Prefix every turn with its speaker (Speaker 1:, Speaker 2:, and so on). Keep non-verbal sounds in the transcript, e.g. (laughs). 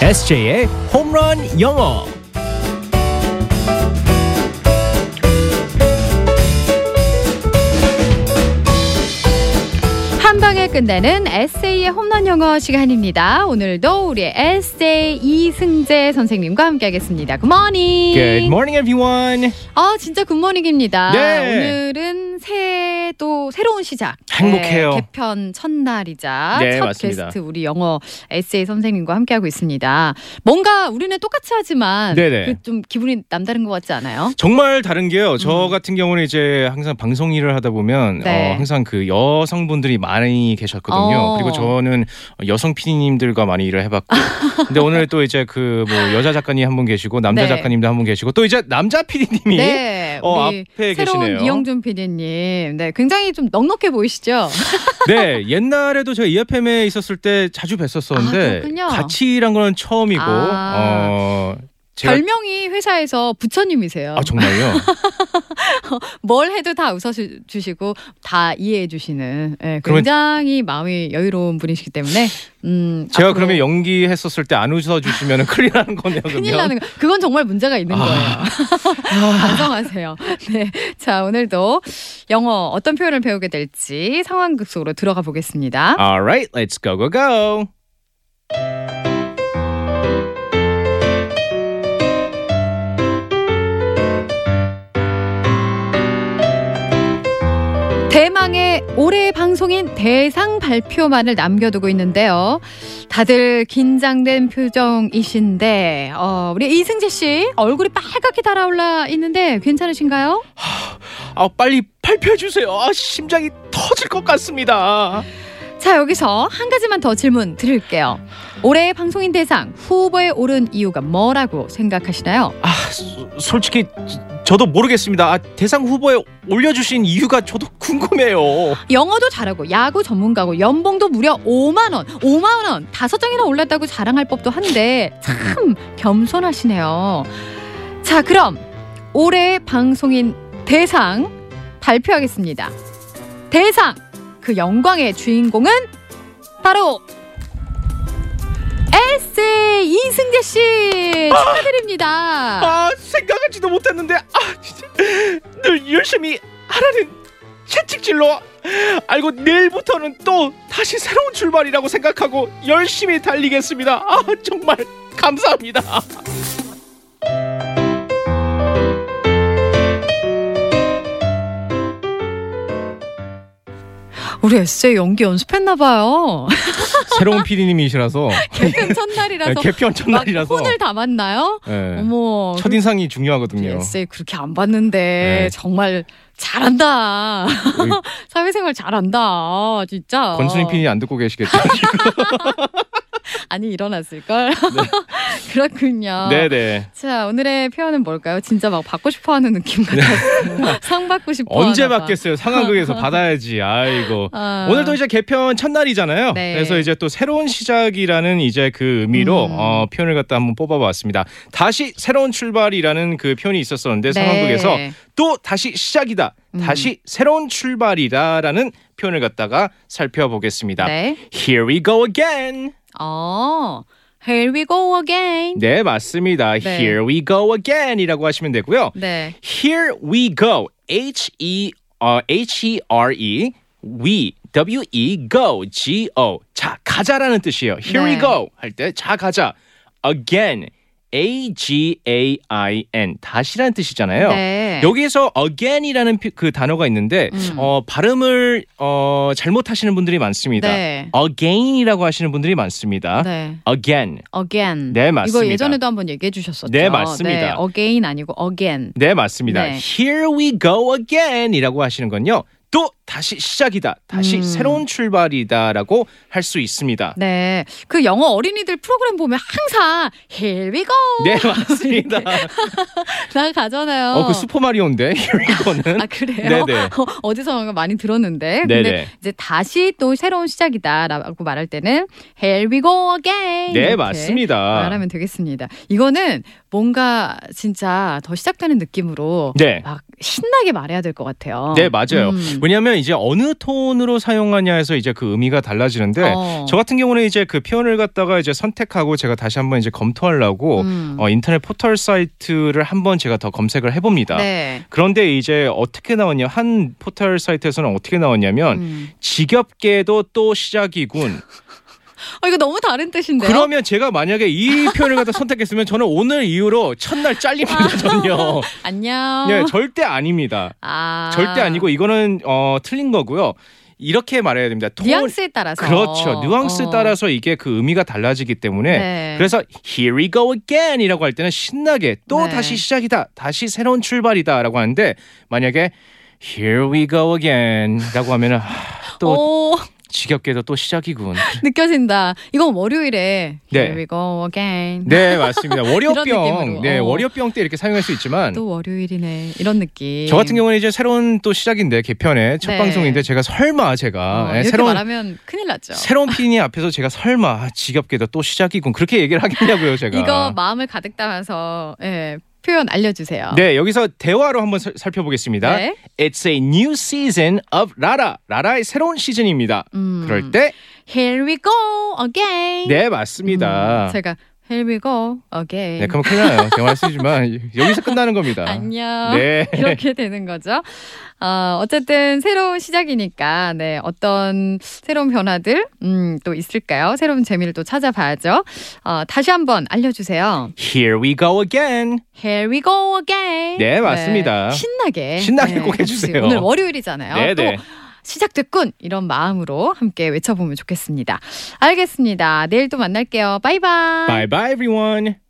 Speaker 1: SJ의 홈런 영어.
Speaker 2: 한 방에 끝내는 에세이의 홈런 영어 시간입니다. 오늘도 우리의 에세이 이승재 선생님과 함께하겠습니다. 굿모닝.
Speaker 1: Good morning, everyone.
Speaker 2: 아 진짜 굿모닝입니다.
Speaker 1: 네.
Speaker 2: 오늘은 새해 또 새로운 시작.
Speaker 1: 행복해요.
Speaker 2: 네, 개편 첫날이자
Speaker 1: 네,
Speaker 2: 첫
Speaker 1: 맞습니다.
Speaker 2: 게스트 우리 영어 에세이 선생님과 함께하고 있습니다. 뭔가 우리는 똑같이 하지만
Speaker 1: 네네.
Speaker 2: 그좀 기분이 남다른 것 같지 않아요?
Speaker 1: 정말 다른 게요. 저
Speaker 2: 음.
Speaker 1: 같은 경우는 이제 항상 방송 일을 하다 보면
Speaker 2: 네.
Speaker 1: 어, 항상 그 여성분들이 많이 계셨거든요.
Speaker 2: 어.
Speaker 1: 그리고 저는 여성 PD님들과 많이 일을
Speaker 2: (laughs)
Speaker 1: 해봤고, 근데 오늘 또 이제 그 뭐 여자 작가님 한 분 계시고 남자
Speaker 2: 네.
Speaker 1: 작가님도 한 분 계시고 또 이제 남자 PD님이
Speaker 2: 네,
Speaker 1: 어,
Speaker 2: 우리
Speaker 1: 앞에
Speaker 2: 새로운
Speaker 1: 계시네요.
Speaker 2: 이영준 PD님, 네, 굉장히 좀 넉넉해 보이시죠?
Speaker 1: (laughs) 네, 옛날에도 제가 EFM에 있었을 때 자주
Speaker 2: 아,
Speaker 1: 뵀었었는데
Speaker 2: 그렇군요.
Speaker 1: 같이 일한 건 처음이고
Speaker 2: 아.
Speaker 1: 어 제가
Speaker 2: 별명이 회사에서 부처님이세요.
Speaker 1: 아 정말요?
Speaker 2: 뭘 해도 다 웃어주시고 다 이해해주시는 예,
Speaker 1: 그러면-
Speaker 2: 굉장히 마음이 여유로운 분이시기 때문에 음,
Speaker 1: 제가
Speaker 2: 앞으로
Speaker 1: 그러면 연기했었을 때 안 웃어주시면 (laughs) 큰일 나는 거네요. 그러면.
Speaker 2: 큰일 나는 거 그건 정말 문제가 있는
Speaker 1: 아.
Speaker 2: 거예요. (laughs) 반성하세요. 네, 자 오늘도 영어 어떤 표현을 배우게 될지 상황극 속으로 들어가 보겠습니다.
Speaker 1: All right, let's go go go.
Speaker 2: 대망의 올해의 방송인 대상 발표만을 남겨두고 있는데요. 다들 긴장된 표정이신데 어, 우리 이승재 씨 얼굴이 빨갛게 달아올라 있는데 괜찮으신가요?
Speaker 1: 아 빨리 발표해 주세요. 아 심장이 터질 것 같습니다.
Speaker 2: 자 여기서 한 가지만 더 질문 드릴게요. 올해의 방송인 대상 후보에 오른 이유가 뭐라고 생각하시나요?
Speaker 1: 아 소- 솔직히 저- 저도 모르겠습니다. 아, 대상 후보에 올려주신 이유가 저도 궁금해요.
Speaker 2: 영어도 잘하고 야구 전문가고 연봉도 무려 5만 원, 5만 원 다섯 장이나 올랐다고 자랑할 법도 한데 참 겸손하시네요. 자 그럼 올해의 방송인 대상 발표하겠습니다. 대상 그 영광의 주인공은 바로 에세 이승재 씨 축하드립니다.
Speaker 1: 아 생각하지도 못했는데 아 진짜 늘 열심히 하라는 채찍질로 알고 내일부터는 또 다시 새로운 출발이라고 생각하고 열심히 달리겠습니다. 아 정말 감사합니다.
Speaker 2: 우리 에세이 연기 연습했나 봐요.
Speaker 1: 새로운 PD님이시라서
Speaker 2: (laughs) 개편 첫날이라서
Speaker 1: 아, 네. 개편
Speaker 2: 막
Speaker 1: 첫날이라서 네.
Speaker 2: 혼을 담았나요? 어머. 네,
Speaker 1: 첫 인상이 중요하거든요.
Speaker 2: 에세이 그렇게 안 봤는데
Speaker 1: 네.
Speaker 2: 정말 잘한다. (laughs) 사회생활 잘한다. 아, 진짜.
Speaker 1: 권순희 PD 안 듣고
Speaker 2: (laughs)
Speaker 1: 계시겠죠?
Speaker 2: 아니 일어났을 걸. (laughs) 그렇군요.
Speaker 1: 네. 네네.
Speaker 2: 자 오늘의 표현은 뭘까요? 진짜 막 받고 싶어하는
Speaker 1: (laughs)
Speaker 2: 느낌 같았어요. 상 받고 싶어.
Speaker 1: 네. 언제
Speaker 2: 하나 봐.
Speaker 1: 받겠어요?
Speaker 2: (laughs)
Speaker 1: 상황극에서 받아야지. 아이고.
Speaker 2: 아.
Speaker 1: 오늘도 이제 개편 첫날이잖아요.
Speaker 2: 네.
Speaker 1: 그래서 이제 또 새로운 시작이라는 이제 그 의미로
Speaker 2: 음.
Speaker 1: 어, 표현을 갖다 한번 뽑아봤습니다. 다시 새로운 출발이라는 그 표현이 있었었는데
Speaker 2: 네.
Speaker 1: 상황극에서 또 다시 시작이다.
Speaker 2: 음.
Speaker 1: 다시 새로운 출발이다라는 표현을 갖다가 살펴보겠습니다.
Speaker 2: 네.
Speaker 1: Here we go again.
Speaker 2: 어. Here we go again.
Speaker 1: 네, 맞습니다.
Speaker 2: 네.
Speaker 1: Here we go again이라고 하시면 되고요.
Speaker 2: 네.
Speaker 1: Here we go. H E 어, H E R E we W E go G O 자 가자라는 뜻이에요. Here we
Speaker 2: 네.
Speaker 1: go 할 때 자 가자. Again A G A I N 다시라는 뜻이잖아요.
Speaker 2: 네.
Speaker 1: 여기에서 again이라는 피- 그 단어가 있는데
Speaker 2: 음.
Speaker 1: 어, 발음을 어, 잘못하시는 분들이 많습니다.
Speaker 2: 네.
Speaker 1: Again이라고 하시는 분들이 많습니다.
Speaker 2: 네.
Speaker 1: Again
Speaker 2: again.
Speaker 1: 아. 네, 맞습니다.
Speaker 2: 이거 예전에도 한번 얘기해 주셨었죠.
Speaker 1: 네, 맞습니다.
Speaker 2: 네, again 아니고 again.
Speaker 1: 네, 맞습니다.
Speaker 2: 네.
Speaker 1: Here we go again 이라고 하시는 건요. 또 다시 시작이다. 다시
Speaker 2: 음.
Speaker 1: 새로운 출발이다라고 할 수 있습니다.
Speaker 2: 네. 그 영어 어린이들 프로그램 보면 항상 here we go
Speaker 1: 네,
Speaker 2: (laughs)
Speaker 1: 맞습니다.
Speaker 2: 나가잖아요.
Speaker 1: 네. 어, 그 슈퍼마리오인데. (laughs) Here we go는
Speaker 2: 아 그래요?
Speaker 1: 네네.
Speaker 2: (laughs) 어, 어디서 많이 들었는데
Speaker 1: 네네.
Speaker 2: 근데 이제 다시 또 새로운 시작이다라고 말할 때는 here we go again
Speaker 1: 네,
Speaker 2: 이렇게
Speaker 1: 맞습니다.
Speaker 2: 말하면 되겠습니다. 이거는 뭔가 진짜 더 시작되는 느낌으로
Speaker 1: 네.
Speaker 2: 막 신나게 말해야 될 것 같아요.
Speaker 1: 네, 맞아요.
Speaker 2: 음.
Speaker 1: 왜냐하면 이제 어느 톤으로 사용하냐에서 이제 그 의미가 달라지는데
Speaker 2: 어.
Speaker 1: 저 같은 경우는 이제 그 표현을 갖다가 이제 선택하고 제가 다시 한번 이제 검토하려고
Speaker 2: 음.
Speaker 1: 어, 인터넷 포털 사이트를 한번 제가 더 검색을 해봅니다.
Speaker 2: 네.
Speaker 1: 그런데 이제 어떻게 나왔냐 한 포털 사이트에서는 어떻게 나왔냐면
Speaker 2: 음.
Speaker 1: 지겹게도 또
Speaker 2: (laughs)
Speaker 1: 시작이군.
Speaker 2: 어, 이거 너무 다른 뜻인데요.
Speaker 1: 그러면 제가 만약에
Speaker 2: (laughs)
Speaker 1: 이 표현을 갖다 선택했으면 저는 오늘 이후로 첫날 잘립니다전요. (laughs)
Speaker 2: 안녕.
Speaker 1: 예, 절대 아닙니다.
Speaker 2: 아.
Speaker 1: 절대 아니고 이거는 어, 틀린 거고요. 이렇게 말해야 됩니다. 톤-
Speaker 2: 뉘앙스에 따라서.
Speaker 1: 그렇죠. 뉘앙스
Speaker 2: 어.
Speaker 1: 따라서 이게 그 의미가 달라지기 때문에
Speaker 2: 네.
Speaker 1: 그래서 here we go again이라고 할 때는 신나게 또
Speaker 2: 네.
Speaker 1: 다시 시작이다, 다시 새로운 출발이다라고 하는데 만약에 here we go again라고 하면은 아, 또
Speaker 2: 오,
Speaker 1: 지겹게도 또 시작이군.
Speaker 2: 어, (laughs) 느껴진다. 이건 월요일에
Speaker 1: 네.
Speaker 2: Here we go again.
Speaker 1: 네 맞습니다.
Speaker 2: 느낌으로.
Speaker 1: 월요병, 네
Speaker 2: 어.
Speaker 1: 월요병 때 이렇게 사용할 수 있지만.
Speaker 2: 또 월요일이네. 이런 느낌.
Speaker 1: 저 같은 경우는 이제 새로운 또 시작인데 개편의 첫
Speaker 2: 네.
Speaker 1: 방송인데 제가 설마 제가
Speaker 2: 어,
Speaker 1: 예,
Speaker 2: 이렇게
Speaker 1: 새로운
Speaker 2: 말하면 큰일 났죠.
Speaker 1: 새로운
Speaker 2: (laughs)
Speaker 1: 피디님 앞에서 제가 설마 아, 지겹게도 또 시작이군 그렇게 얘기를 하겠냐고요 제가
Speaker 2: 이거 마음을 가득 담아서 예, 표현 알려주세요.
Speaker 1: 네 여기서 대화로 한번 살- 살펴보겠습니다
Speaker 2: 네.
Speaker 1: It's a new season of 라라 라라의 새로운 시즌입니다
Speaker 2: 음.
Speaker 1: 그럴 때 네
Speaker 2: Here we go again.
Speaker 1: 맞습니다
Speaker 2: 음, 제가 Here we go again.
Speaker 1: 네 그럼 큰일 나요 제가 말씀이지만 여기서 끝나는 겁니다
Speaker 2: (laughs) 안녕.
Speaker 1: 네
Speaker 2: 이렇게 되는 거죠. 어, 어쨌든 새로운 시작이니까 네 어떤 새로운 변화들 음, 또 있을까요? 새로운 재미를 또 찾아봐야죠. 어, 다시 한번 알려주세요.
Speaker 1: Here we go again
Speaker 2: Here we go again.
Speaker 1: 네, 맞습니다.
Speaker 2: 신나게 네,
Speaker 1: 신나게 꼭 해주세요.
Speaker 2: 해주시고. 오늘 월요일이잖아요.
Speaker 1: 네네
Speaker 2: 어, 또 시작됐군 이런 마음으로 함께 외쳐보면 좋겠습니다. 알겠습니다. 내일 또 만날게요. 바이바이.
Speaker 1: Bye bye everyone